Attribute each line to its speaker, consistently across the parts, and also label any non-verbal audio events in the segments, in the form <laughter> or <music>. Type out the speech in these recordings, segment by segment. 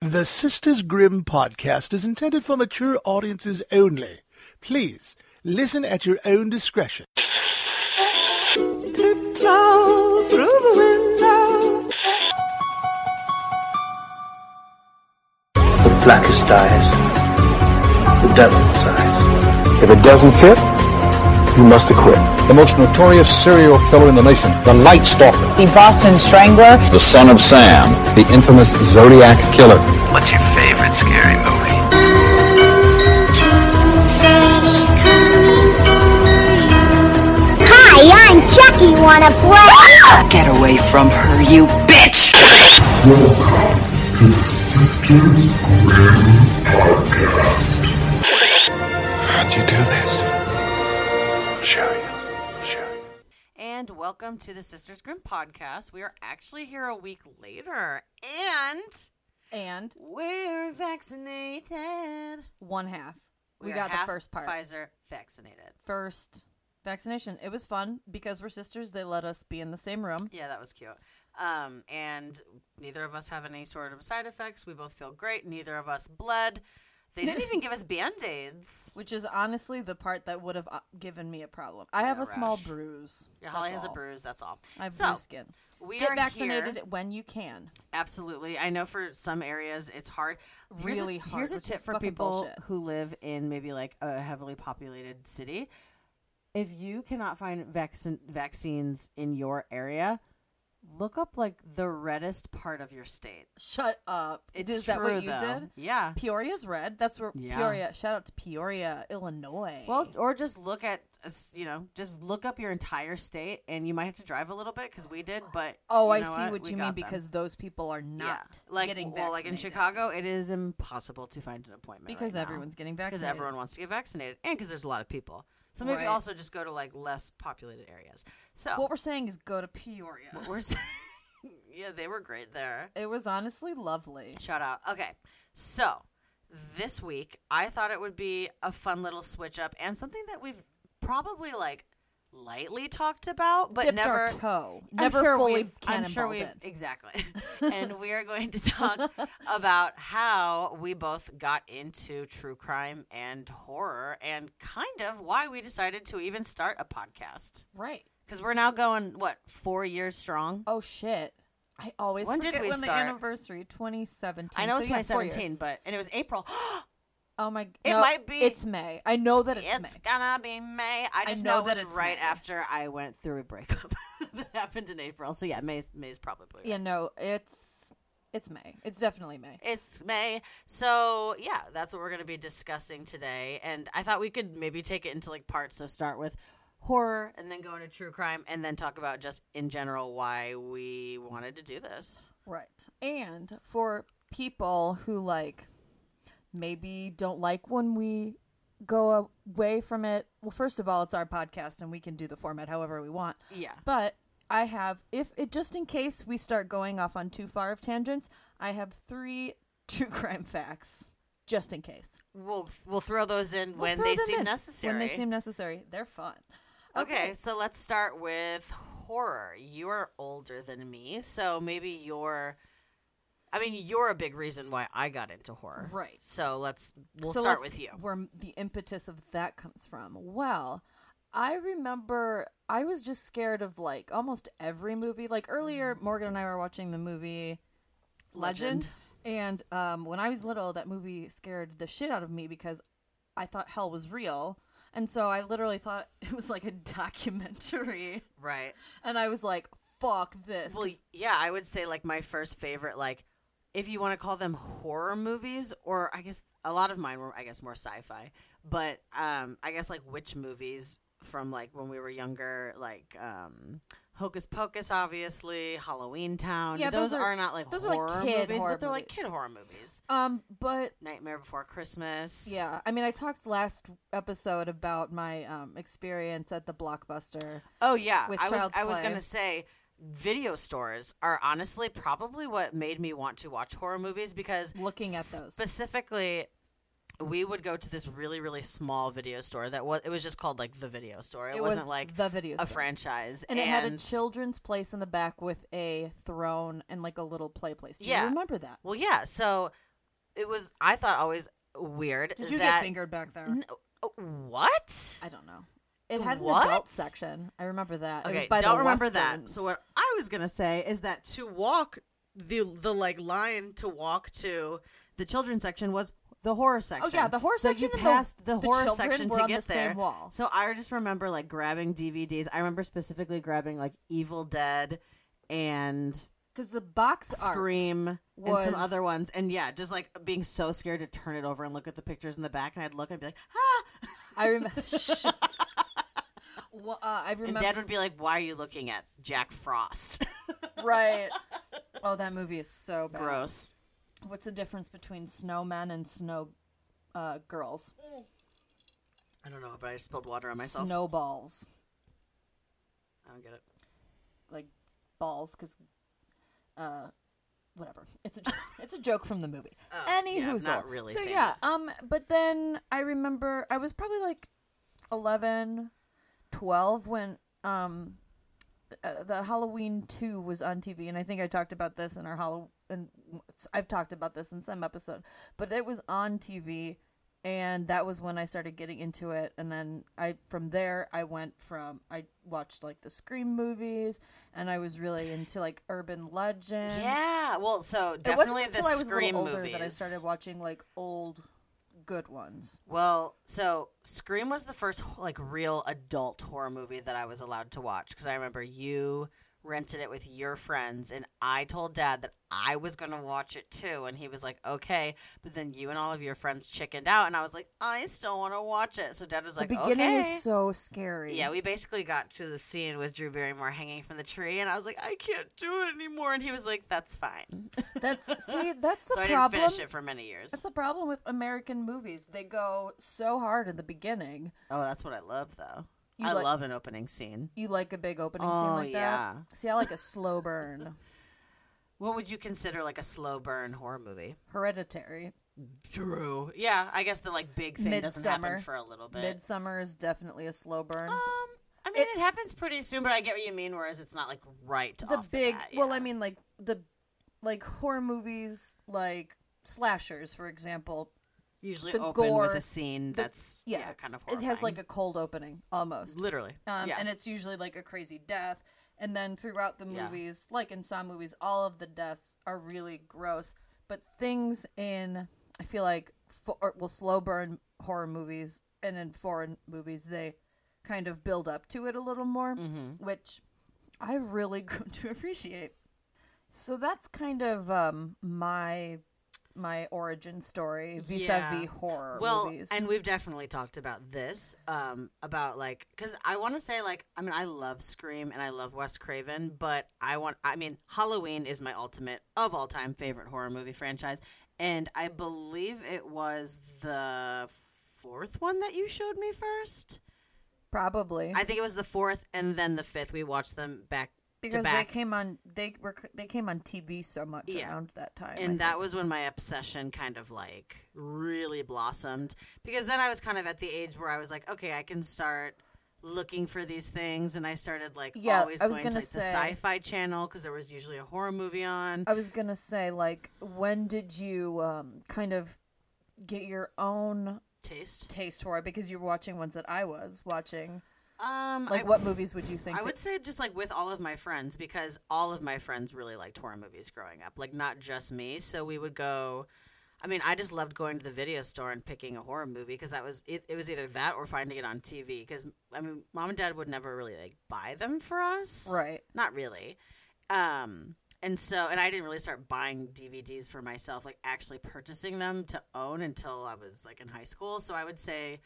Speaker 1: The Sisters Grimm podcast is intended for mature audiences only. Please listen at your own discretion.
Speaker 2: Tiptoe through the window.
Speaker 3: the blackest eyes, the devil's eyes.
Speaker 4: If it doesn't fit, you must acquit.
Speaker 5: the most notorious serial killer in the nation, the Light Stalker,
Speaker 6: the Boston Strangler.
Speaker 5: the Son of Sam, the infamous Zodiac Killer.
Speaker 7: What's your favorite scary movie?
Speaker 8: Hi, I'm Chucky. Wanna
Speaker 6: <laughs>
Speaker 8: play?
Speaker 2: Get away from her, you bitch!
Speaker 9: Welcome to the Sisters Grimm Podcast.
Speaker 7: How'd you do this? I'll show you. I'll show you.
Speaker 10: And welcome to the Sisters Grimm podcast. We are actually here a week later, and
Speaker 11: and
Speaker 10: we're vaccinated.
Speaker 11: one half. We,
Speaker 10: are
Speaker 11: got the
Speaker 10: half
Speaker 11: first part.
Speaker 10: Pfizer vaccinated.
Speaker 11: First vaccination. It was fun because we're sisters. They let us be in the same room.
Speaker 10: Yeah, that was cute. Um, and neither of us have any sort of side effects. We both feel great. Neither of us bled. They didn't even give us band
Speaker 11: <laughs>
Speaker 10: aids.
Speaker 11: Which is honestly the part that would have uh, given me a problem. I have a small
Speaker 10: rash.
Speaker 11: bruise.
Speaker 10: Yeah, Holly
Speaker 11: That's
Speaker 10: has a
Speaker 11: all.
Speaker 10: bruise. That's all.
Speaker 11: I have
Speaker 10: so
Speaker 11: bruised skin.
Speaker 10: we
Speaker 11: Get
Speaker 10: are
Speaker 11: vaccinated
Speaker 10: here.
Speaker 11: when you can.
Speaker 10: Absolutely. I know for some areas it's hard. Here's
Speaker 11: Really
Speaker 10: a,
Speaker 11: hard,
Speaker 10: Here's a
Speaker 11: which
Speaker 10: tip
Speaker 11: is
Speaker 10: for
Speaker 11: fucking
Speaker 10: people
Speaker 11: bullshit.
Speaker 10: who live in maybe like a heavily populated city. If you cannot find vaccin- vaccines in your area, look up like the reddest part of your state.
Speaker 11: Shut up.
Speaker 10: It's
Speaker 11: is that
Speaker 10: true,
Speaker 11: what you
Speaker 10: though.
Speaker 11: did?
Speaker 10: Yeah.
Speaker 11: Peoria's red. That's where
Speaker 10: Yeah.
Speaker 11: Peoria. Shout out to Peoria, Illinois.
Speaker 10: Well, or just look at uh, s- you know, just look up your entire state, and you might have to drive a little bit because we did. But
Speaker 11: oh,
Speaker 10: you
Speaker 11: I see
Speaker 10: know
Speaker 11: what,
Speaker 10: We
Speaker 11: you mean
Speaker 10: got them.
Speaker 11: because those people are not
Speaker 10: like
Speaker 11: getting
Speaker 10: well, like in
Speaker 11: vaccinated.
Speaker 10: Chicago, it is impossible to find an appointment right
Speaker 11: Because
Speaker 10: now.
Speaker 11: everyone's getting
Speaker 10: Because
Speaker 11: vaccinated.
Speaker 10: everyone wants to get vaccinated, and because there's a lot of people. So maybe
Speaker 11: Right.
Speaker 10: also just go to like less populated areas. So
Speaker 11: What we're saying is go to Peoria.
Speaker 10: what we're saying, <laughs> yeah, they were great there.
Speaker 11: It was honestly lovely.
Speaker 10: Shout out. Okay, so this week I thought it would be a fun little switch up and something that we've probably like lightly talked about, but
Speaker 11: Dipped
Speaker 10: never
Speaker 11: our toe.
Speaker 10: I'm
Speaker 11: Never
Speaker 10: sure
Speaker 11: fully
Speaker 10: we've- I'm sure
Speaker 11: cannonballed
Speaker 10: we've
Speaker 11: it. <laughs>
Speaker 10: exactly. and we are going to talk about how we both got into true crime and horror, and kind of why we decided to even start a podcast.
Speaker 11: Right.
Speaker 10: Because we're now going what four years strong.
Speaker 11: Oh shit. I always
Speaker 10: When did
Speaker 11: forget
Speaker 10: we
Speaker 11: when
Speaker 10: start?
Speaker 11: the anniversary 2017.
Speaker 10: I know
Speaker 11: so
Speaker 10: it's
Speaker 11: yeah, four
Speaker 10: 2017,
Speaker 11: years.
Speaker 10: but and it was
Speaker 11: <gasps>
Speaker 10: April. <gasps>
Speaker 11: oh my
Speaker 10: it
Speaker 11: no,
Speaker 10: might be-
Speaker 11: It's May. I know that it's,
Speaker 10: it's
Speaker 11: May.
Speaker 10: gonna be May. I just
Speaker 11: know
Speaker 10: know, that
Speaker 11: that it's
Speaker 10: right
Speaker 11: May.
Speaker 10: after I went through a breakup <laughs> that happened in April. So yeah, May's May's probably right.
Speaker 11: Yeah, no, it's it's May. It's definitely May.
Speaker 10: It's May. So, yeah, that's what we're going to be discussing today. And I thought we could maybe take it into like parts. So, start with horror and then go into true crime and then talk about just in general why we wanted to do this.
Speaker 11: Right. And for people who like maybe don't like when we go away from it, well, first of all, it's our podcast and we can do the format however we want.
Speaker 10: Yeah.
Speaker 11: But I have, if it just in case we start going off on too far of tangents, I have three <laughs> true crime facts just in case.
Speaker 10: We'll we'll throw those in
Speaker 11: We'll
Speaker 10: when
Speaker 11: throw
Speaker 10: they
Speaker 11: them
Speaker 10: seem
Speaker 11: in
Speaker 10: necessary.
Speaker 11: When they seem necessary. They're fun.
Speaker 10: okay, so let's start with horror. You are older than me, so maybe you're I mean, you're a big reason why I got into horror.
Speaker 11: Right.
Speaker 10: So, let's we'll
Speaker 11: So
Speaker 10: start
Speaker 11: let's-
Speaker 10: with you.
Speaker 11: Where m- the impetus of that comes from? Well, I remember I was just scared of like almost every movie. Like
Speaker 10: Mm.
Speaker 11: earlier, Morgan and I were watching the movie Legend, and um, when I was little, that movie scared the shit out of me because I thought hell was real, and so I literally thought <laughs> it was like a documentary,
Speaker 10: Right.
Speaker 11: and I was like, "Fuck this!"
Speaker 10: Well,
Speaker 11: 'cause-
Speaker 10: yeah, I would say like my first favorite, like if you want to call them horror movies, or I guess a lot of mine were, I guess, more sci-fi. But um, I guess like witch movies from like when we were younger, like um, Hocus Pocus, obviously Halloween Town.
Speaker 11: Yeah,
Speaker 10: those,
Speaker 11: those
Speaker 10: are,
Speaker 11: are-
Speaker 10: not like
Speaker 11: those are, like,
Speaker 10: horror
Speaker 11: kid
Speaker 10: movies,
Speaker 11: horror
Speaker 10: but they're like
Speaker 11: movies.
Speaker 10: kid horror movies.
Speaker 11: um, but
Speaker 10: Nightmare Before Christmas.
Speaker 11: Yeah, I mean, I talked last episode about my um, experience at the Blockbuster.
Speaker 10: Oh yeah,
Speaker 11: with
Speaker 10: I was
Speaker 11: Child's
Speaker 10: I was
Speaker 11: Play.
Speaker 10: gonna say video stores are honestly probably what made me want to watch horror movies because
Speaker 11: Looking at those.
Speaker 10: specifically. We would go to this really, really small video store that was. It was just called like the video store. It,
Speaker 11: It was
Speaker 10: wasn't like
Speaker 11: the video
Speaker 10: a
Speaker 11: store.
Speaker 10: franchise,
Speaker 11: And it had a children's place in the back with a throne and like a little play place. Do
Speaker 10: Yeah.
Speaker 11: you remember that?
Speaker 10: Well, yeah. So it was I thought always weird.
Speaker 11: Did you
Speaker 10: that,
Speaker 11: get fingered back there?
Speaker 10: N- uh, what?
Speaker 11: I don't know. It had an
Speaker 10: What?
Speaker 11: adult section. I remember that. It was
Speaker 10: Okay,
Speaker 11: by the
Speaker 10: don't remember that.
Speaker 11: Westerns.
Speaker 10: So what I was gonna say is that to walk the the like line to walk to the children's section was the horror section.
Speaker 11: Oh, yeah, the horror
Speaker 10: so
Speaker 11: section
Speaker 10: You
Speaker 11: and the-
Speaker 10: passed the,
Speaker 11: the
Speaker 10: horror
Speaker 11: children
Speaker 10: section
Speaker 11: were
Speaker 10: to
Speaker 11: on the
Speaker 10: get there.
Speaker 11: same wall.
Speaker 10: So I just remember like grabbing DVDs. I remember specifically grabbing like Evil Dead and
Speaker 11: because the box art
Speaker 10: Scream and
Speaker 11: was-
Speaker 10: some other ones. And yeah, just like being so scared to turn it over and look at the pictures in the back. And I'd look and I'd be like, ah.
Speaker 11: I <laughs> remember. well, uh, I
Speaker 10: And
Speaker 11: remember.
Speaker 10: dad would be like, why are you looking at Jack Frost?
Speaker 11: <laughs> right. Oh, that movie is so bad.
Speaker 10: Gross.
Speaker 11: What's the difference between snowmen and snow uh, girls?
Speaker 10: I don't know, but I spilled water on myself.
Speaker 11: Snowballs,
Speaker 10: I don't get it.
Speaker 11: like balls, because uh, whatever. It's a it's a joke <laughs> from the movie. Any
Speaker 10: Oh, yeah, I'm
Speaker 11: who's
Speaker 10: not really
Speaker 11: So
Speaker 10: saying
Speaker 11: yeah. Um. But then I remember I was probably like 11, 12 when um uh, the Halloween 2 was on TV and I think I talked about this in our Halloween I've talked about this in some episode but it was on TV and that was when I started getting into it and then I from there I went from I watched like the Scream movies and I was really into like urban legend
Speaker 10: Yeah. Well, so
Speaker 11: it
Speaker 10: definitely
Speaker 11: wasn't
Speaker 10: the
Speaker 11: until I was a
Speaker 10: Scream
Speaker 11: little older
Speaker 10: movies.
Speaker 11: that I started watching like old good ones
Speaker 10: Well, so Scream was the first like real adult horror movie that I was allowed to watch because I remember you rented it with your friends and I told dad that I was going to watch it too and he was like, "Okay." But then you and all of your friends chickened out and I was like, "I still want to watch it." So dad was like,
Speaker 11: the
Speaker 10: okay.
Speaker 11: beginning is so scary
Speaker 10: Yeah, we basically got to the scene with Drew Barrymore hanging from the tree, and I was like, I can't do it anymore. And he was like, That's
Speaker 11: <laughs>
Speaker 10: fine.
Speaker 11: that's see
Speaker 10: <laughs>
Speaker 11: that's the
Speaker 10: so I didn't
Speaker 11: problem
Speaker 10: finish it for many years.
Speaker 11: That's the problem with American movies. They go so hard in the beginning.
Speaker 10: oh, that's what I love, though.
Speaker 11: You
Speaker 10: I
Speaker 11: like-
Speaker 10: love an opening scene.
Speaker 11: You like a big opening scene
Speaker 10: Oh,
Speaker 11: like
Speaker 10: yeah.
Speaker 11: that? See, I like a
Speaker 10: <laughs>
Speaker 11: slow burn.
Speaker 10: What would you consider like a slow burn horror movie?
Speaker 11: Hereditary.
Speaker 10: Drew. Yeah, I guess the like big thing doesn't happen
Speaker 11: Midsummer.
Speaker 10: for a little bit.
Speaker 11: Midsummer is definitely a slow burn.
Speaker 10: um, I mean, it, happens pretty soon, but I get what you mean. Whereas it's not like right
Speaker 11: the
Speaker 10: off
Speaker 11: big,
Speaker 10: bat,
Speaker 11: well,
Speaker 10: yeah.
Speaker 11: I mean, like the like horror movies, like slashers, for example.
Speaker 10: usually
Speaker 11: the
Speaker 10: open with
Speaker 11: gore,
Speaker 10: a scene
Speaker 11: the-
Speaker 10: that's yeah, kind of horrifying.
Speaker 11: It has like a cold opening almost.
Speaker 10: literally,
Speaker 11: Um,
Speaker 10: yeah.
Speaker 11: And it's usually like a crazy death. And then throughout the
Speaker 10: Yeah.
Speaker 11: movies, like in some movies, all of the deaths are really gross. But things in, I feel like, for, or, well, slow burn horror movies and in foreign movies, they kind of build up to it a little more,
Speaker 10: Mm-hmm.
Speaker 11: which I've really <laughs> grown to appreciate. So that's kind of um, my my origin story vis a
Speaker 10: Yeah.
Speaker 11: vis horror
Speaker 10: well,
Speaker 11: movies.
Speaker 10: and we've definitely talked about this, um, about like, because I want to say like, I mean, I love Scream and I love Wes Craven, but I want, I mean, Halloween is my ultimate of all time favorite horror movie franchise, and I believe it was the fourth one that you showed me first.
Speaker 11: probably
Speaker 10: I think it was the fourth and then the fifth. We watched them back to
Speaker 11: because they
Speaker 10: back.
Speaker 11: came on they were they came on TV so much
Speaker 10: Yeah.
Speaker 11: around that time. I
Speaker 10: and that
Speaker 11: think.
Speaker 10: was when my obsession kind of like really blossomed because then I was kind of at the age where I was like, okay, I can start looking for these things, and I started like
Speaker 11: Yeah,
Speaker 10: always
Speaker 11: I was
Speaker 10: going to
Speaker 11: gonna
Speaker 10: like, the
Speaker 11: say- Oh.
Speaker 10: sci-fi channel because there was usually a horror movie on.
Speaker 11: I was gonna say like when did you um, kind of get your own
Speaker 10: Taste,
Speaker 11: taste for it because you were watching ones that I was watching.
Speaker 10: um,
Speaker 11: Like
Speaker 10: I-
Speaker 11: what movies would you think?
Speaker 10: I would
Speaker 11: that-
Speaker 10: say just like with all of my friends because all of my friends really liked horror movies growing up, like not just me. So we would go. I mean, I just loved going to the video store and picking a horror movie because that was e, it, it. was either that or finding it on TV. Because I mean, mom and dad would never really like buy them for us,
Speaker 11: Right.
Speaker 10: Not really. Um, and so, and I didn't really start buying DVDs for myself, like actually purchasing them to own until I was like in high school. So I would say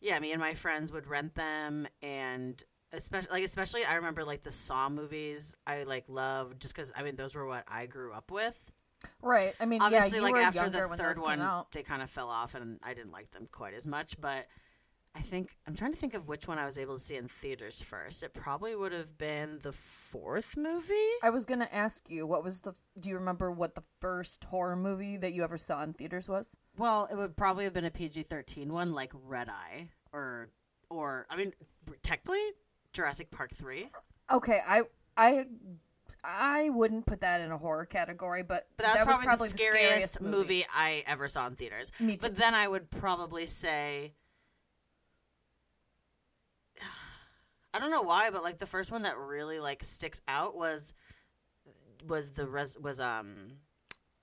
Speaker 10: yeah, me and my friends would rent them, and especially like especially I remember like the Saw movies. I like loved just because I mean those were what I grew up with.
Speaker 11: right. I mean,
Speaker 10: Obviously,
Speaker 11: yeah, you
Speaker 10: like
Speaker 11: were
Speaker 10: after
Speaker 11: younger
Speaker 10: the
Speaker 11: when
Speaker 10: third
Speaker 11: those
Speaker 10: one,
Speaker 11: came out.
Speaker 10: they kind of fell off, and I didn't like them quite as much. But I think I'm trying to think of which one I was able to see in theaters first. It probably would have been the fourth movie.
Speaker 11: I was gonna ask you what was the. Do you remember what the first horror movie that you ever saw in theaters was?
Speaker 10: Well, it would probably have been a PG-13 one, like Red Eye, or or I mean, technically Jurassic Park three.
Speaker 11: Okay, I I I wouldn't put that in a horror category, but,
Speaker 10: But that's
Speaker 11: that
Speaker 10: probably,
Speaker 11: was probably
Speaker 10: the scariest, movie. I ever saw in theaters.
Speaker 11: Me too.
Speaker 10: But then I would probably say <sighs> I don't know why, but like the first one that really like sticks out was was the res was um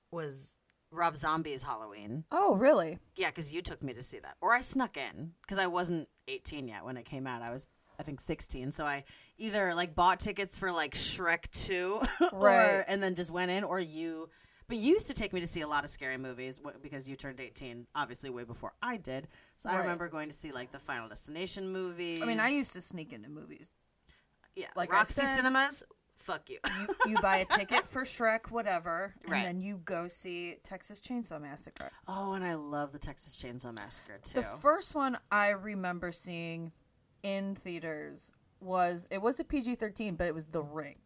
Speaker 10: was Rob Zombie's Halloween.
Speaker 11: Oh, really?
Speaker 10: Yeah, because you took me to see that, or I snuck in because I wasn't 18 yet when it came out. I was, I think, 16. So I either like bought tickets for like Shrek 2,
Speaker 11: Right.
Speaker 10: <laughs> or and then just went in, or you. But you used to take me to see a lot of scary movies wh- because you turned 18, obviously way before I did. So I
Speaker 11: Right.
Speaker 10: remember going to see like the Final Destination movies.
Speaker 11: I mean, I used to sneak into movies.
Speaker 10: yeah,
Speaker 11: like
Speaker 10: like
Speaker 11: I
Speaker 10: Roxy
Speaker 11: said-
Speaker 10: Cinemas. Fuck you. <laughs>
Speaker 11: You buy a ticket for Shrek, whatever,
Speaker 10: Right.
Speaker 11: and then you go see Texas Chainsaw Massacre.
Speaker 10: oh, and I love the Texas Chainsaw Massacre too.
Speaker 11: The first one I remember seeing in theaters was it was a PG thirteen, but it was The Ring,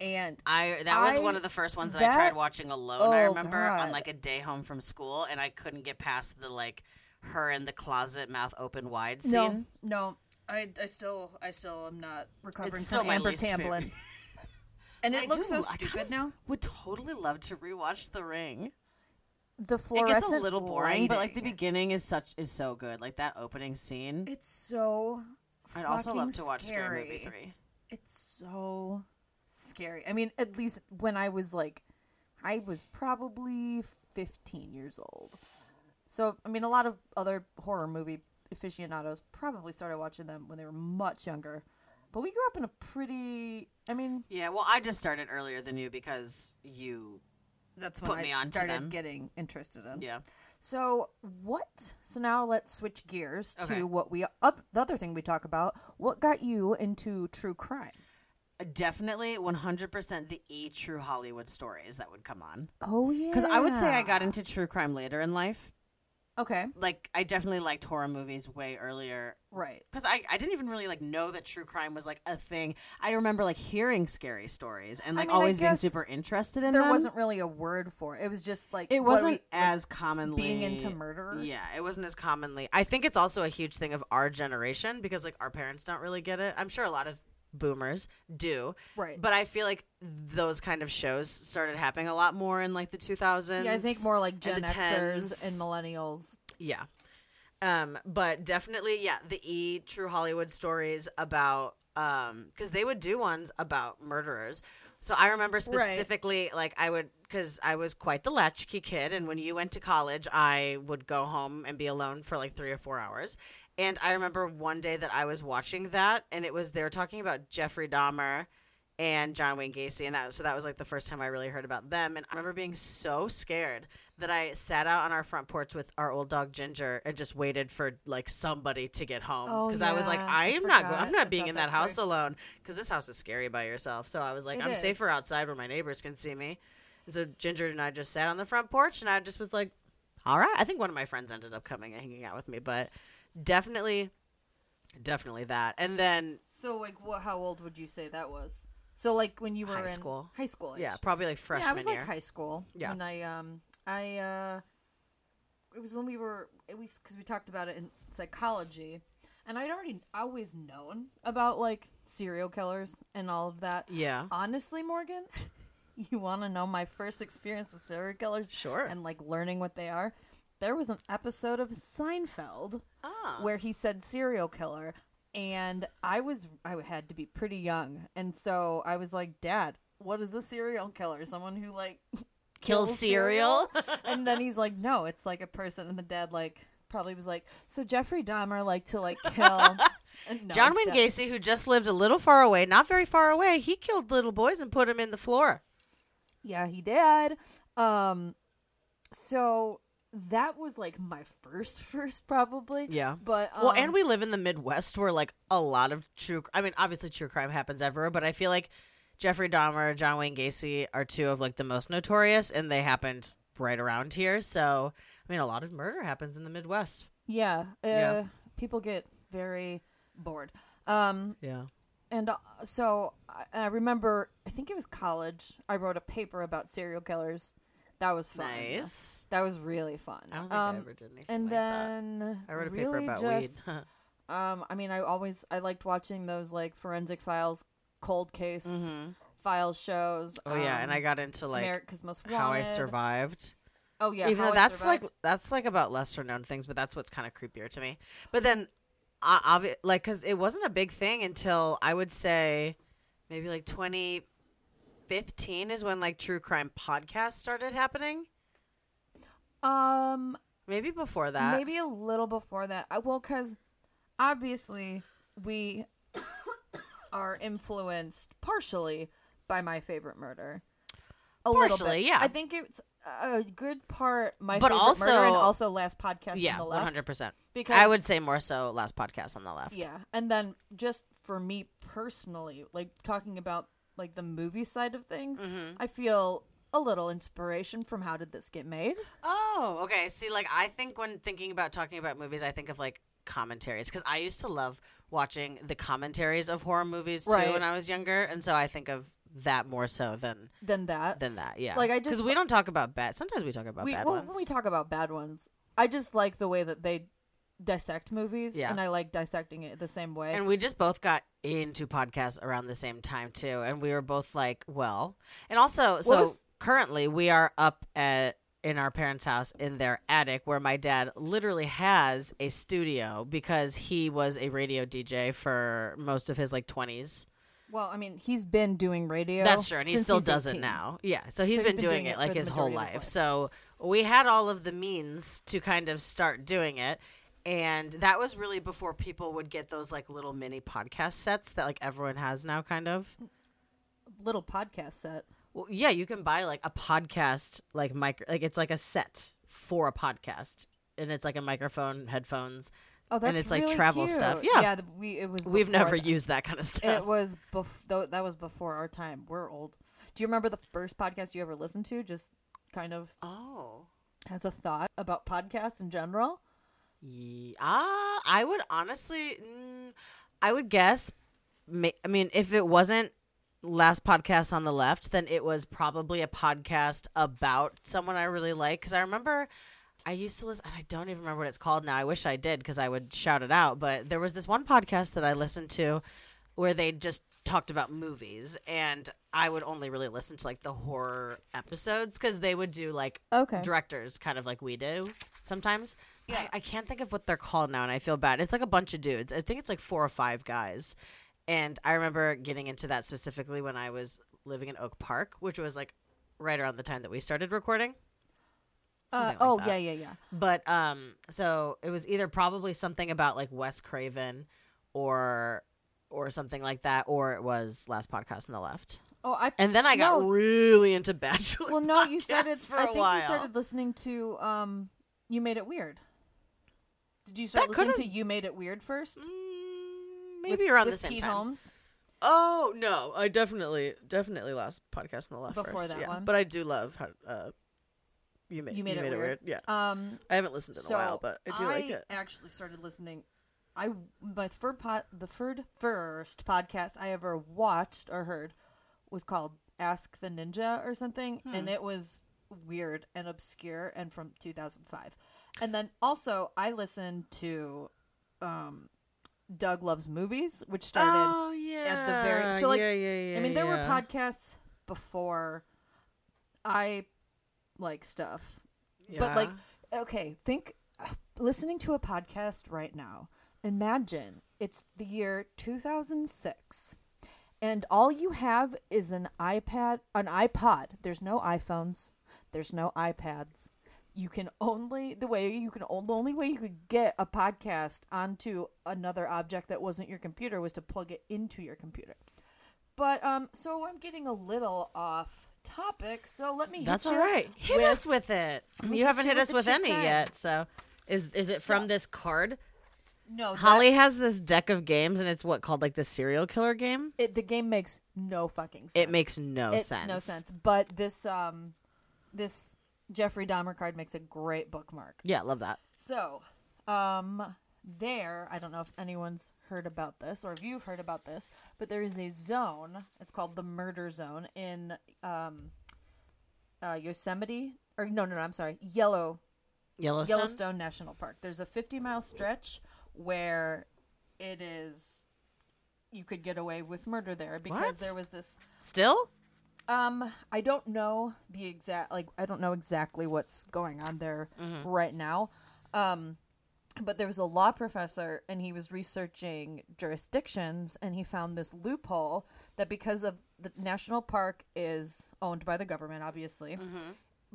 Speaker 11: and
Speaker 10: I that was
Speaker 11: I-
Speaker 10: one of the first ones that,
Speaker 11: that-
Speaker 10: I tried watching alone. I
Speaker 11: Oh,
Speaker 10: remember on
Speaker 11: God.
Speaker 10: like a day home from school, and I couldn't get past the like her in the closet, mouth open wide scene.
Speaker 11: no, no, I, I still I still am not recovering
Speaker 10: It's still
Speaker 11: from
Speaker 10: my
Speaker 11: Amber
Speaker 10: least favorite.
Speaker 11: Tamblyn, <laughs> and it
Speaker 10: I
Speaker 11: looks
Speaker 10: do. I
Speaker 11: so
Speaker 10: kind
Speaker 11: stupid
Speaker 10: of
Speaker 11: now.
Speaker 10: Would totally love to rewatch The Ring.
Speaker 11: The
Speaker 10: It
Speaker 11: fluorescent
Speaker 10: gets a little boring, but like the
Speaker 11: lighting.
Speaker 10: beginning is such is so good. Like that opening scene.
Speaker 11: It's so.
Speaker 10: I'd also love to
Speaker 11: fucking
Speaker 10: watch Scary
Speaker 11: scary.
Speaker 10: Movie Three.
Speaker 11: It's so scary. I mean, at least when I was like, I was probably 15 years old. So, I mean, a lot of other horror movie aficionados probably started watching them when they were much younger. But we grew up in a pretty, I mean,
Speaker 10: Yeah, well, I just started earlier than you because you.
Speaker 11: that's
Speaker 10: when Put I me onto started them.
Speaker 11: getting interested in.
Speaker 10: Yeah,
Speaker 11: So what? So now let's switch gears
Speaker 10: Okay.
Speaker 11: to what we oth- the other thing we talk about. What got you into true crime?
Speaker 10: definitely one hundred percent the E True Hollywood stories that would come on.
Speaker 11: Oh yeah,
Speaker 10: Because I would say I got into true crime later in life.
Speaker 11: okay,
Speaker 10: Like I definitely liked horror movies way earlier.
Speaker 11: right.
Speaker 10: Because I, I didn't even really like know that true crime was like a thing. I remember like hearing scary stories and
Speaker 11: I
Speaker 10: like
Speaker 11: mean, I
Speaker 10: always being
Speaker 11: guess
Speaker 10: super interested in
Speaker 11: there
Speaker 10: them.
Speaker 11: wasn't really a word for it. It was just like
Speaker 10: It
Speaker 11: what
Speaker 10: wasn't
Speaker 11: we- like,
Speaker 10: as commonly
Speaker 11: being into murderers.
Speaker 10: Yeah, it wasn't as commonly. I think it's also a huge thing of our generation because like our parents don't really get it. I'm sure a lot of boomers do.
Speaker 11: Right.
Speaker 10: But I feel like those kind of shows started happening a lot more in like the 2000s.
Speaker 11: Yeah, I think more like Gen
Speaker 10: and the
Speaker 11: Xers
Speaker 10: 10s.
Speaker 11: and millennials.
Speaker 10: Yeah. Um, but definitely, yeah, the E True Hollywood stories about um because they would do ones about murderers. So I remember specifically, like I would, because I was quite the latchkey kid, and when you went to college, I would go home and be alone for like three or four hours. And I remember one day that I was watching that, and it was they were talking about Jeffrey Dahmer and John Wayne Gacy, and that so that was like the first time I really heard about them. And I remember being so scared that I sat out on our front porch with our old dog Ginger and just waited for like somebody to get home
Speaker 11: Oh,
Speaker 10: because I was like,
Speaker 11: yeah.
Speaker 10: I
Speaker 11: I
Speaker 10: am not, go-
Speaker 11: forgot
Speaker 10: I'm not being
Speaker 11: about
Speaker 10: in that
Speaker 11: that
Speaker 10: house
Speaker 11: story.
Speaker 10: alone because this house is scary by yourself. So I was like,
Speaker 11: It
Speaker 10: I'm
Speaker 11: is.
Speaker 10: safer outside where my neighbors can see me. And so Ginger and I just sat on the front porch, and I just was like, all right. I think one of my friends ended up coming and hanging out with me, but definitely, definitely that. And then
Speaker 11: So like, what? How old would you say that was? So like when you were
Speaker 10: High
Speaker 11: in
Speaker 10: school.
Speaker 11: high school.
Speaker 10: yeah,
Speaker 11: age.
Speaker 10: probably like freshman
Speaker 11: yeah, I was
Speaker 10: year.
Speaker 11: like high school.
Speaker 10: Yeah.
Speaker 11: When I um I uh it was when we were at least because we talked about it in psychology, and I'd already always known about like serial killers and all of that.
Speaker 10: Yeah.
Speaker 11: Honestly, Morgan, you want to know my first experience with serial killers?
Speaker 10: Sure.
Speaker 11: And like learning what they are. There was an episode of Seinfeld
Speaker 10: Ah.
Speaker 11: where he said serial killer and i was i had to be pretty young and so i was like dad what is a serial killer someone who like
Speaker 10: <laughs> Kills cereal?
Speaker 11: and then he's like no it's like a person and the dad like probably was like so jeffrey dahmer like to like
Speaker 10: <laughs>
Speaker 11: kill And no,
Speaker 10: John
Speaker 11: it's
Speaker 10: Wayne
Speaker 11: dad.
Speaker 10: Gacy, who just lived a little far away, not very far away, he killed little boys and put them in the floor.
Speaker 11: Yeah, he did. Um, so that was like my first, <laughs> first probably. but um,
Speaker 10: well, and we live in the Midwest where like a lot of true. I mean, obviously true crime happens everywhere, but I feel like Jeffrey Dahmer, John Wayne Gacy are two of like the most notorious, and they happened right around here. So I mean, a lot of murder happens in the Midwest.
Speaker 11: yeah, uh,
Speaker 10: Yeah.
Speaker 11: people get very bored. Um,
Speaker 10: Yeah.
Speaker 11: and uh, so I, I remember, I think it was college. I wrote a paper about serial killers. That was fun.
Speaker 10: Nice.
Speaker 11: That was really fun.
Speaker 10: I don't think I
Speaker 11: um,
Speaker 10: ever did anything
Speaker 11: And
Speaker 10: like that.
Speaker 11: then
Speaker 10: I wrote a paper
Speaker 11: really
Speaker 10: about
Speaker 11: just,
Speaker 10: <laughs> weed.
Speaker 11: Um, I mean, I always I liked watching those like forensic files, cold case, Files shows.
Speaker 10: Mm-hmm. Oh yeah, and
Speaker 11: um,
Speaker 10: I got into like
Speaker 11: America's Most Wanted.
Speaker 10: how I survived.
Speaker 11: Oh yeah,
Speaker 10: Even
Speaker 11: How
Speaker 10: though
Speaker 11: I
Speaker 10: that's
Speaker 11: Survived.
Speaker 10: like that's like about lesser known things, but that's what's kind of creepier to me. But then, I, obvi- like, because it wasn't a big thing until I would say maybe like 2015 is when like true crime podcasts started happening.
Speaker 11: um
Speaker 10: Maybe before that.
Speaker 11: maybe a little before that. I, well, because obviously we are influenced partially by my favorite murder. A little
Speaker 10: Partially,
Speaker 11: bit.
Speaker 10: yeah.
Speaker 11: I think it's a good part. My
Speaker 10: But
Speaker 11: favorite murder and
Speaker 10: also-
Speaker 11: also last podcast. on
Speaker 10: yeah,
Speaker 11: the
Speaker 10: one
Speaker 11: left.
Speaker 10: hundred percent. Because I
Speaker 11: Because-
Speaker 10: would say more so last podcast on the left.
Speaker 11: Yeah, and then just for me personally, like talking about like the movie side of things,
Speaker 10: Mm-hmm.
Speaker 11: I feel a little inspiration from How Did This Get Made?
Speaker 10: Oh, okay. See, like I think when thinking about talking about movies, I think of like commentaries because I used to love watching the commentaries of horror movies too
Speaker 11: Right.
Speaker 10: when I was younger, and so I think of that more so than
Speaker 11: Than that.
Speaker 10: than that. Yeah,
Speaker 11: Like, I
Speaker 10: because
Speaker 11: just-
Speaker 10: we don't talk about bad. Sometimes we talk about
Speaker 11: we
Speaker 10: bad
Speaker 11: well,
Speaker 10: ones.
Speaker 11: when we talk about bad ones, I just like the way that they dissect movies,
Speaker 10: Yeah.
Speaker 11: and I like dissecting it the same way.
Speaker 10: and we just both got into podcasts around the same time too, and we were both like, "Well," and also, so
Speaker 11: was-
Speaker 10: currently we are up at in our parents' house in their attic, where my dad literally has a studio because he was a radio DJ for most of his like twenties.
Speaker 11: well, I mean, he's been doing radio.
Speaker 10: That's true, and he
Speaker 11: since
Speaker 10: still
Speaker 11: he's
Speaker 10: does
Speaker 11: 18.
Speaker 10: it now. Yeah, so he's
Speaker 11: So
Speaker 10: been, doing, it
Speaker 11: for
Speaker 10: like
Speaker 11: the
Speaker 10: his whole
Speaker 11: majority of his
Speaker 10: life.
Speaker 11: life.
Speaker 10: So we had all of the means to kind of start doing it, and that was really before people would get those like little mini podcast sets that like everyone has now, kind of.
Speaker 11: Little podcast set.
Speaker 10: Well, yeah, you can buy like a podcast like micro, like it's like a set for a podcast, and it's like a microphone, headphones.
Speaker 11: Oh, that's
Speaker 10: and it's
Speaker 11: really
Speaker 10: like travel
Speaker 11: cute.
Speaker 10: stuff. Yeah,
Speaker 11: yeah. th- We it was.
Speaker 10: we've
Speaker 11: before
Speaker 10: never
Speaker 11: that.
Speaker 10: used that kind of stuff.
Speaker 11: It was before that was before our time. We're old. Do you remember the first podcast you ever listened to? Just kind of
Speaker 10: oh.
Speaker 11: as a thought about podcasts in general.
Speaker 10: Yeah, uh, I would honestly, mm, I would guess. ma- I mean, if it wasn't last podcast on the left, then it was probably a podcast about someone I really like. Because I remember I used to listen. I don't even remember what it's called now. I wish I did because I would shout it out. But there was this one podcast that I listened to where they just talked about movies, and I would only really listen to like the horror episodes because they would do like
Speaker 11: Okay.
Speaker 10: directors, kind of like we do sometimes. Yeah, I, I can't think of what they're called now, and I feel bad. It's like a bunch of dudes. I think it's like four or five guys. And I remember getting into that specifically when I was living in Oak Park, which was like right around the time that we started recording.
Speaker 11: Uh,
Speaker 10: Something like
Speaker 11: oh
Speaker 10: that.
Speaker 11: yeah, yeah, yeah.
Speaker 10: But um, so it was either probably something about like Wes Craven, or or something like that, or it was last podcast on the left.
Speaker 11: Oh, I
Speaker 10: And then I got
Speaker 11: no,
Speaker 10: really into Bachelor.
Speaker 11: well. No, you started.
Speaker 10: podcasts for
Speaker 11: I
Speaker 10: a
Speaker 11: think
Speaker 10: while.
Speaker 11: you started listening to um, you made it weird. Did you
Speaker 10: That
Speaker 11: start listening to
Speaker 10: could've-
Speaker 11: you made it weird first?
Speaker 10: Mm,
Speaker 11: With-
Speaker 10: maybe around
Speaker 11: with
Speaker 10: the same
Speaker 11: Pete
Speaker 10: time.
Speaker 11: Holmes.
Speaker 10: Oh no, I definitely definitely last podcast on the left
Speaker 11: Before
Speaker 10: first,
Speaker 11: that
Speaker 10: yeah.
Speaker 11: one.
Speaker 10: But I do love how uh, you made
Speaker 11: You made, it, weird.
Speaker 10: Yeah,
Speaker 11: Um,
Speaker 10: I haven't listened in
Speaker 11: so
Speaker 10: a while, but I do like it.
Speaker 11: actually started listening. I my fur pot the third first podcast I ever watched or heard was called Ask the Ninja or something,
Speaker 10: Hmm.
Speaker 11: and it was weird and obscure and from 2005. And then also I listened to um, Doug Loves Movies, which started
Speaker 10: Oh yeah,
Speaker 11: at the very so like
Speaker 10: yeah, yeah, yeah,
Speaker 11: I mean there
Speaker 10: yeah.
Speaker 11: were podcasts before I like stuff but like, okay, think listening to a podcast right now. Imagine it's the year 2006 and all you have is an iPad, an iPod. There's no iPhones, there's no iPads. You can only the way you can the only way you could get a podcast onto another object that wasn't your computer was to plug it into your computer. But um so I'm getting a little off topic, so let me
Speaker 10: that's
Speaker 11: hit
Speaker 10: all
Speaker 11: you
Speaker 10: right. Hit
Speaker 11: with-
Speaker 10: us with it. <laughs> You haven't
Speaker 11: you
Speaker 10: hit
Speaker 11: with
Speaker 10: us
Speaker 11: the
Speaker 10: with
Speaker 11: cheap
Speaker 10: any
Speaker 11: bag.
Speaker 10: yet, so is is it from this card?
Speaker 11: No, that-
Speaker 10: Holly has this deck of games, and it's what called like the serial killer game.
Speaker 11: it, the game makes no fucking sense.
Speaker 10: It makes no
Speaker 11: it's
Speaker 10: sense.
Speaker 11: no sense. But this um this Jeffrey Dahmer card makes a great bookmark.
Speaker 10: Yeah, love that.
Speaker 11: So, um there, I don't know if anyone's heard about this or if you've heard about this, but there is a zone. It's called the Murder Zone in um uh Yosemite or no, no, no, I'm sorry. Yellow
Speaker 10: Yellowstone.
Speaker 11: Yellowstone National Park. There's a 50 mile stretch where it is you could get away with murder there because
Speaker 10: What?
Speaker 11: there was this
Speaker 10: Still?
Speaker 11: Um, I don't know the exact like I don't know exactly what's going on there right now. Um, but there was a law professor and he was researching jurisdictions and he found this loophole that because of the national park is owned by the government obviously.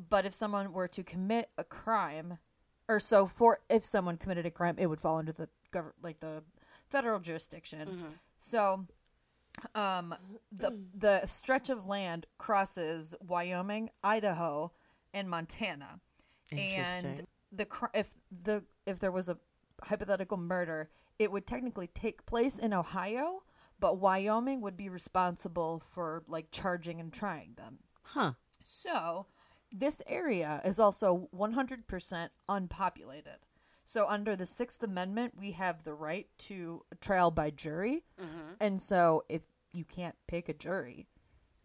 Speaker 11: But if someone were to commit a crime or so for if someone committed a crime it would fall under the gov- like the federal jurisdiction. So um, the the stretch of land crosses Wyoming, Idaho, and Montana. And
Speaker 10: Interesting.
Speaker 11: the cr- if the if there was a hypothetical murder, it would technically take place in Ohio, but Wyoming would be responsible for like charging and trying them.
Speaker 10: Huh.
Speaker 11: So, this area is also 100% unpopulated. So, under the Sixth Amendment, we have the right to a trial by jury.
Speaker 10: Mm-hmm.
Speaker 11: And so, if you can't pick a jury,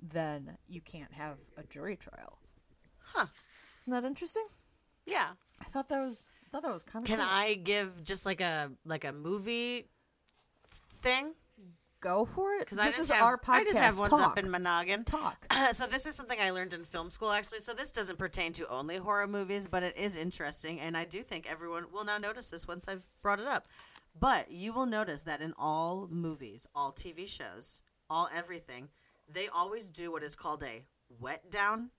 Speaker 11: then you can't have a jury trial.
Speaker 10: Huh.
Speaker 11: Isn't that interesting?
Speaker 10: Yeah.
Speaker 11: I thought that was I thought that was kind of
Speaker 10: Can I give just like a like a movie thing?
Speaker 11: go for it?
Speaker 10: Because I
Speaker 11: This
Speaker 10: just
Speaker 11: is
Speaker 10: have
Speaker 11: our podcast.
Speaker 10: I just have ones
Speaker 11: Talk.
Speaker 10: up in my noggin.
Speaker 11: Talk.
Speaker 10: <clears throat> so this is something I learned in film school actually. So this doesn't pertain to only horror movies, but it is interesting, and I do think everyone will now notice this once I've brought it up. But you will notice that in all movies, all TV shows, all everything, they always do what is called a wet down,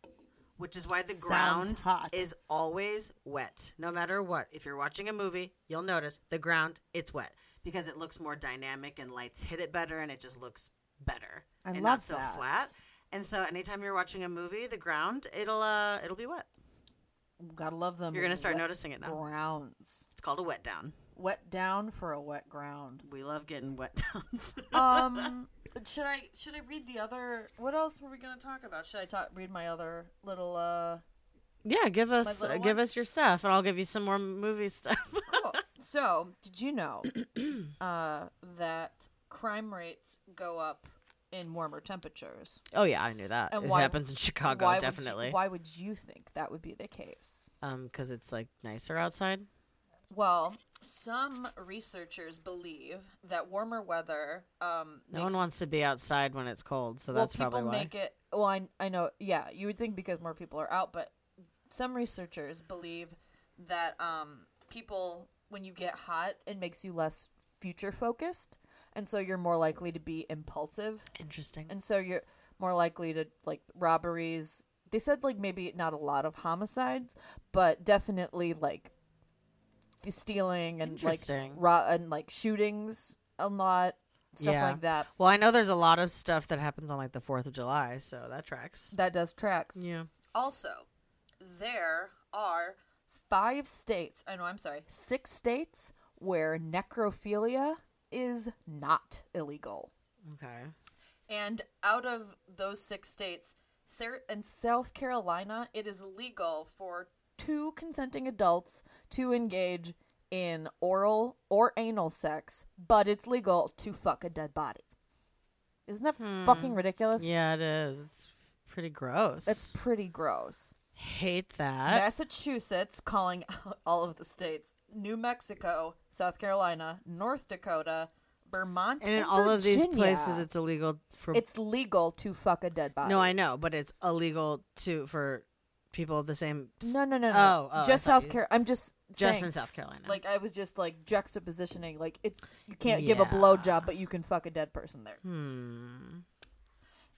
Speaker 10: which is why the ground
Speaker 11: Sounds hot.
Speaker 10: is always wet, no matter what. If you're watching a movie, you'll notice the ground it's wet because it looks more dynamic and lights hit it better, and it just looks better
Speaker 11: I
Speaker 10: and
Speaker 11: love
Speaker 10: not so
Speaker 11: that.
Speaker 10: flat. And so anytime you're watching a movie, the ground it'll uh it'll be wet.
Speaker 11: Gotta love them.
Speaker 10: You're gonna start
Speaker 11: wet
Speaker 10: noticing it now.
Speaker 11: Grounds
Speaker 10: It's called a wet down.
Speaker 11: wet down for a wet ground.
Speaker 10: We love getting wet <laughs> downs.
Speaker 11: um should i should i read the other what else were we gonna <laughs> talk about should i talk read my other little uh
Speaker 10: yeah, give us
Speaker 11: My little give one?
Speaker 10: us your stuff, and I'll give you some more movie stuff. <laughs>
Speaker 11: cool so did you know <clears throat> uh that crime rates go up in warmer temperatures
Speaker 10: oh yeah, I knew that.
Speaker 11: And
Speaker 10: it
Speaker 11: why-
Speaker 10: happens in Chicago,
Speaker 11: why would you-
Speaker 10: Oh, definitely.
Speaker 11: why would you think that would be the case
Speaker 10: Um, because it's like nicer outside.
Speaker 11: well some researchers believe that warmer weather um
Speaker 10: No one wants to be outside when it's cold, so that's
Speaker 11: well, people
Speaker 10: probably why.
Speaker 11: make it. Well, I, I know. Yeah, you would think because more people are out, but some researchers believe that um, people, when you get hot, it makes you less future focused, and so you're more likely to be impulsive,
Speaker 10: Interesting.
Speaker 11: and so you're more likely to like robberies. They said like maybe not a lot of homicides, but definitely like the stealing and like
Speaker 10: Interesting.
Speaker 11: ro- and like shootings a lot, stuff
Speaker 10: Yeah.
Speaker 11: like that.
Speaker 10: Well, I know there's a lot of stuff that happens on like the Fourth of July, so that tracks.
Speaker 11: That does track.
Speaker 10: Yeah.
Speaker 11: Also, there are five states. I know, I'm sorry, six states where necrophilia is not illegal.
Speaker 10: Okay.
Speaker 11: And out of those six states, Sar- in South Carolina, it is legal for two consenting adults to engage in oral or anal sex, but it's legal to fuck a dead body. Isn't that fucking ridiculous?
Speaker 10: Yeah, it is. It's pretty gross.
Speaker 11: That's pretty gross.
Speaker 10: Hate that.
Speaker 11: Massachusetts calling <laughs> out all of the states New Mexico, South Carolina, North Dakota, Vermont,
Speaker 10: and in all of these
Speaker 11: Virginia.
Speaker 10: places, it's illegal for.
Speaker 11: it's legal to fuck a dead body.
Speaker 10: no, I know, but it's illegal to for people of the same. s-
Speaker 11: No, no, no, no.
Speaker 10: Oh, oh, I
Speaker 11: just
Speaker 10: thought
Speaker 11: South
Speaker 10: you-
Speaker 11: Carolina. I'm just
Speaker 10: Just
Speaker 11: saying,
Speaker 10: in South Carolina.
Speaker 11: Like I was just like juxtapositioning. Like it's you can't give a
Speaker 10: Yeah. Hmm.
Speaker 11: blowjob, but you can fuck a dead person there.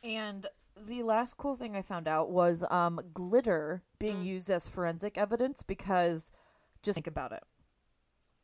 Speaker 11: And the last cool thing I found out was um, glitter being
Speaker 10: Mm.
Speaker 11: used as forensic evidence because just think about it.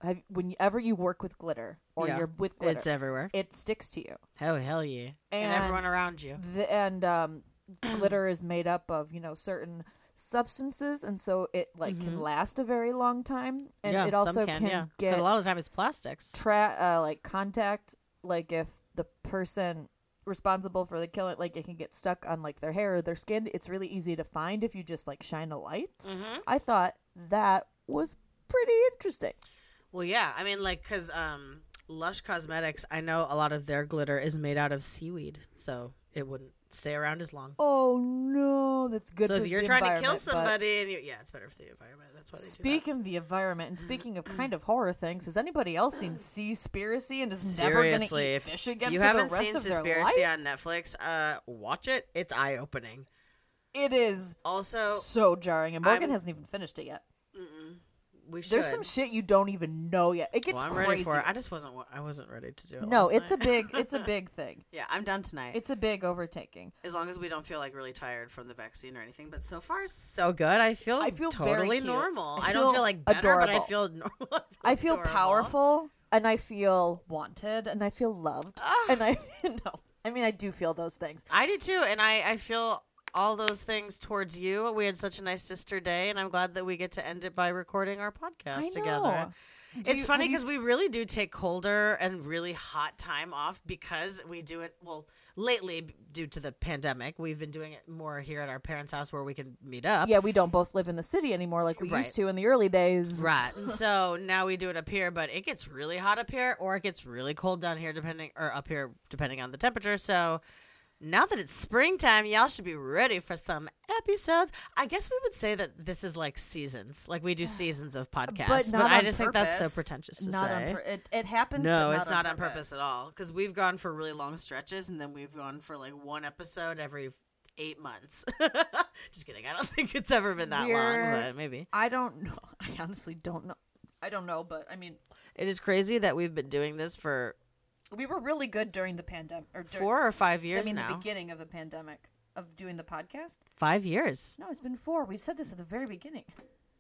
Speaker 11: Have, whenever you work with glitter or
Speaker 10: Yeah.
Speaker 11: you're with glitter,
Speaker 10: It's everywhere.
Speaker 11: It sticks to you,
Speaker 10: oh hell yeah! And,
Speaker 11: And-
Speaker 10: everyone around you.
Speaker 11: the, and um, glitter is made up of you know certain substances, and so it like can last a very long time,
Speaker 10: Mm-hmm.
Speaker 11: and
Speaker 10: yeah,
Speaker 11: it also
Speaker 10: some can, yeah. 'Cause
Speaker 11: get
Speaker 10: a lot of the time it's plastics.
Speaker 11: tra- uh, like contact like if the person responsible for the killing like it can get stuck on like their hair or their skin it's really easy to find if you just like shine a light
Speaker 10: Mm-hmm.
Speaker 11: i thought that was pretty interesting
Speaker 10: Well, yeah, I mean, like, cause um, Lush Cosmetics, I know a lot of their glitter is made out of seaweed, so it wouldn't stay around as long.
Speaker 11: Oh no, that's good.
Speaker 10: so
Speaker 11: for
Speaker 10: if you're
Speaker 11: the
Speaker 10: trying to kill
Speaker 11: environment, but-
Speaker 10: somebody, and you, yeah, it's better for the environment. That's why they do
Speaker 11: Speaking of the environment, and speaking of kind of horror things, has anybody else seen Seaspiracy and is
Speaker 10: that.
Speaker 11: never going
Speaker 10: Seriously,
Speaker 11: to eat
Speaker 10: if
Speaker 11: fish again?
Speaker 10: you
Speaker 11: for
Speaker 10: haven't
Speaker 11: the rest
Speaker 10: seen
Speaker 11: of their
Speaker 10: Conspiracy
Speaker 11: life?
Speaker 10: on Netflix, uh, watch it. It's eye opening.
Speaker 11: it is
Speaker 10: Also,
Speaker 11: so jarring, and
Speaker 10: Oh.
Speaker 11: Morgan
Speaker 10: I'm-
Speaker 11: hasn't even finished it yet.
Speaker 10: we should.
Speaker 11: There's some shit you don't even know yet. It gets
Speaker 10: well, I'm
Speaker 11: crazy.
Speaker 10: ready for it. I just wasn't. wa- I wasn't ready to do it.
Speaker 11: no,
Speaker 10: last
Speaker 11: it's a
Speaker 10: night.
Speaker 11: big, it's a big thing.
Speaker 10: <laughs> yeah, I'm done tonight.
Speaker 11: It's a big overtaking.
Speaker 10: as long as we don't feel like really tired from the vaccine or anything. But so far, so good. I feel
Speaker 11: I feel very
Speaker 10: totally
Speaker 11: cute.
Speaker 10: normal.
Speaker 11: I
Speaker 10: I, don't
Speaker 11: feel
Speaker 10: feel like better, but I
Speaker 11: adorable.
Speaker 10: feel <laughs> normal.
Speaker 11: I feel
Speaker 10: adorable.
Speaker 11: powerful, and I feel wanted, and I feel loved,
Speaker 10: Ah.
Speaker 11: and I <laughs> no, I mean I do feel those things.
Speaker 10: I do too, and I I feel all those things towards you. We had such a nice sister day, and I'm glad that we get to end it by recording our podcast
Speaker 11: I know.
Speaker 10: together.
Speaker 11: Do
Speaker 10: it's
Speaker 11: you-
Speaker 10: funny
Speaker 11: have you
Speaker 10: because we really do take colder and really hot time off because we do it well lately b- due to the pandemic. We've been doing it more here at our parents' house where we can meet up.
Speaker 11: Yeah, we don't both live in the city anymore like we
Speaker 10: Right.
Speaker 11: used to in the early days.
Speaker 10: Right. And so now we do it up here, but it gets really hot up here or it gets really cold down here depending or up here depending on the temperature. So now that it's springtime, y'all should be ready for some episodes. I guess we would say that this is like seasons. Like
Speaker 11: <sighs>
Speaker 10: we do seasons of podcasts.
Speaker 11: But, not
Speaker 10: I
Speaker 11: on
Speaker 10: just think that's so
Speaker 11: purpose.
Speaker 10: pretentious to
Speaker 11: not
Speaker 10: say.
Speaker 11: On pur- it, it happens.
Speaker 10: no,
Speaker 11: but
Speaker 10: it's not on purpose. at all. Because we've gone for really long stretches and then we've gone for like one episode every eight months. <laughs> just kidding. I don't <laughs> think it's ever been that
Speaker 11: We're-
Speaker 10: long, but maybe.
Speaker 11: I don't know. <laughs> I honestly don't know. I don't know, but I mean,
Speaker 10: It is crazy that we've been doing this for
Speaker 11: we were really good during the pandemic. Or during,
Speaker 10: four or five years
Speaker 11: I mean,
Speaker 10: now.
Speaker 11: the beginning of the pandemic of doing the podcast.
Speaker 10: five years,
Speaker 11: No, it's been four. We said this at the very beginning.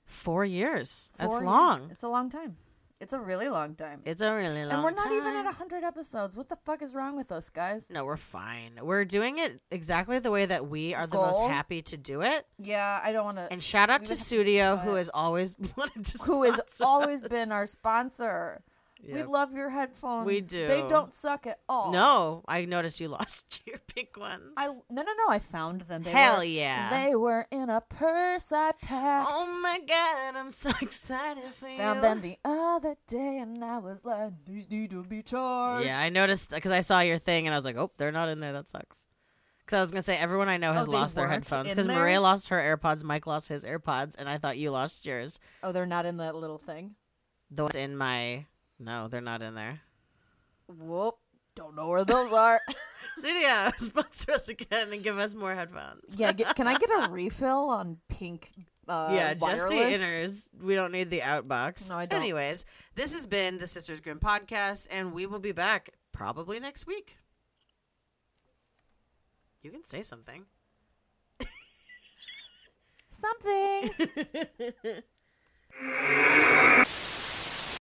Speaker 10: four years.
Speaker 11: Four
Speaker 10: That's
Speaker 11: years.
Speaker 10: long. It's,
Speaker 11: It's a long time. It's a really long time.
Speaker 10: a really long.
Speaker 11: and we're not even
Speaker 10: time.
Speaker 11: at hundred episodes. What the fuck is wrong with us, guys?
Speaker 10: No, we're fine. We're doing it exactly the way that we are the
Speaker 11: Goal.
Speaker 10: most happy to do it.
Speaker 11: Yeah, I don't want to.
Speaker 10: And shout out
Speaker 11: We
Speaker 10: to
Speaker 11: would have to
Speaker 10: Studio,
Speaker 11: do
Speaker 10: who
Speaker 11: it.
Speaker 10: has always <laughs> wanted to.
Speaker 11: who has
Speaker 10: sponsor
Speaker 11: always
Speaker 10: us.
Speaker 11: been our sponsor. We
Speaker 10: Yep.
Speaker 11: love your headphones.
Speaker 10: We do.
Speaker 11: They don't suck at all.
Speaker 10: No, I noticed you lost <laughs> your pink ones.
Speaker 11: I no no no. I found them. They
Speaker 10: Hell
Speaker 11: were-
Speaker 10: yeah.
Speaker 11: They were in a purse I packed.
Speaker 10: oh my god, I'm so <laughs> excited for you.
Speaker 11: found them the other day, and I was like, these need to be charged.
Speaker 10: Yeah, I noticed because I saw your thing and I was like, oh, they're not in there. That sucks. Because I was gonna say everyone I know has
Speaker 11: Oh, they
Speaker 10: lost their
Speaker 11: weren't
Speaker 10: headphones.
Speaker 11: in
Speaker 10: Because
Speaker 11: there?
Speaker 10: Maria lost her AirPods, Mike lost his AirPods, and I thought you lost yours.
Speaker 11: Oh, they're not in that little thing.
Speaker 10: The ones in my no, they're not in there. <laughs>
Speaker 11: Whoop. Don't know where those are.
Speaker 10: Studio sponsor us again and give us more headphones.
Speaker 11: yeah. Get, can I get a refill on pink? Uh,
Speaker 10: yeah, just the
Speaker 11: wireless?
Speaker 10: inners. We don't need the outbox.
Speaker 11: No, I don't.
Speaker 10: Anyways, this has been the Sisters Grimm podcast, and we will be back probably next week. You can say something.
Speaker 11: Something.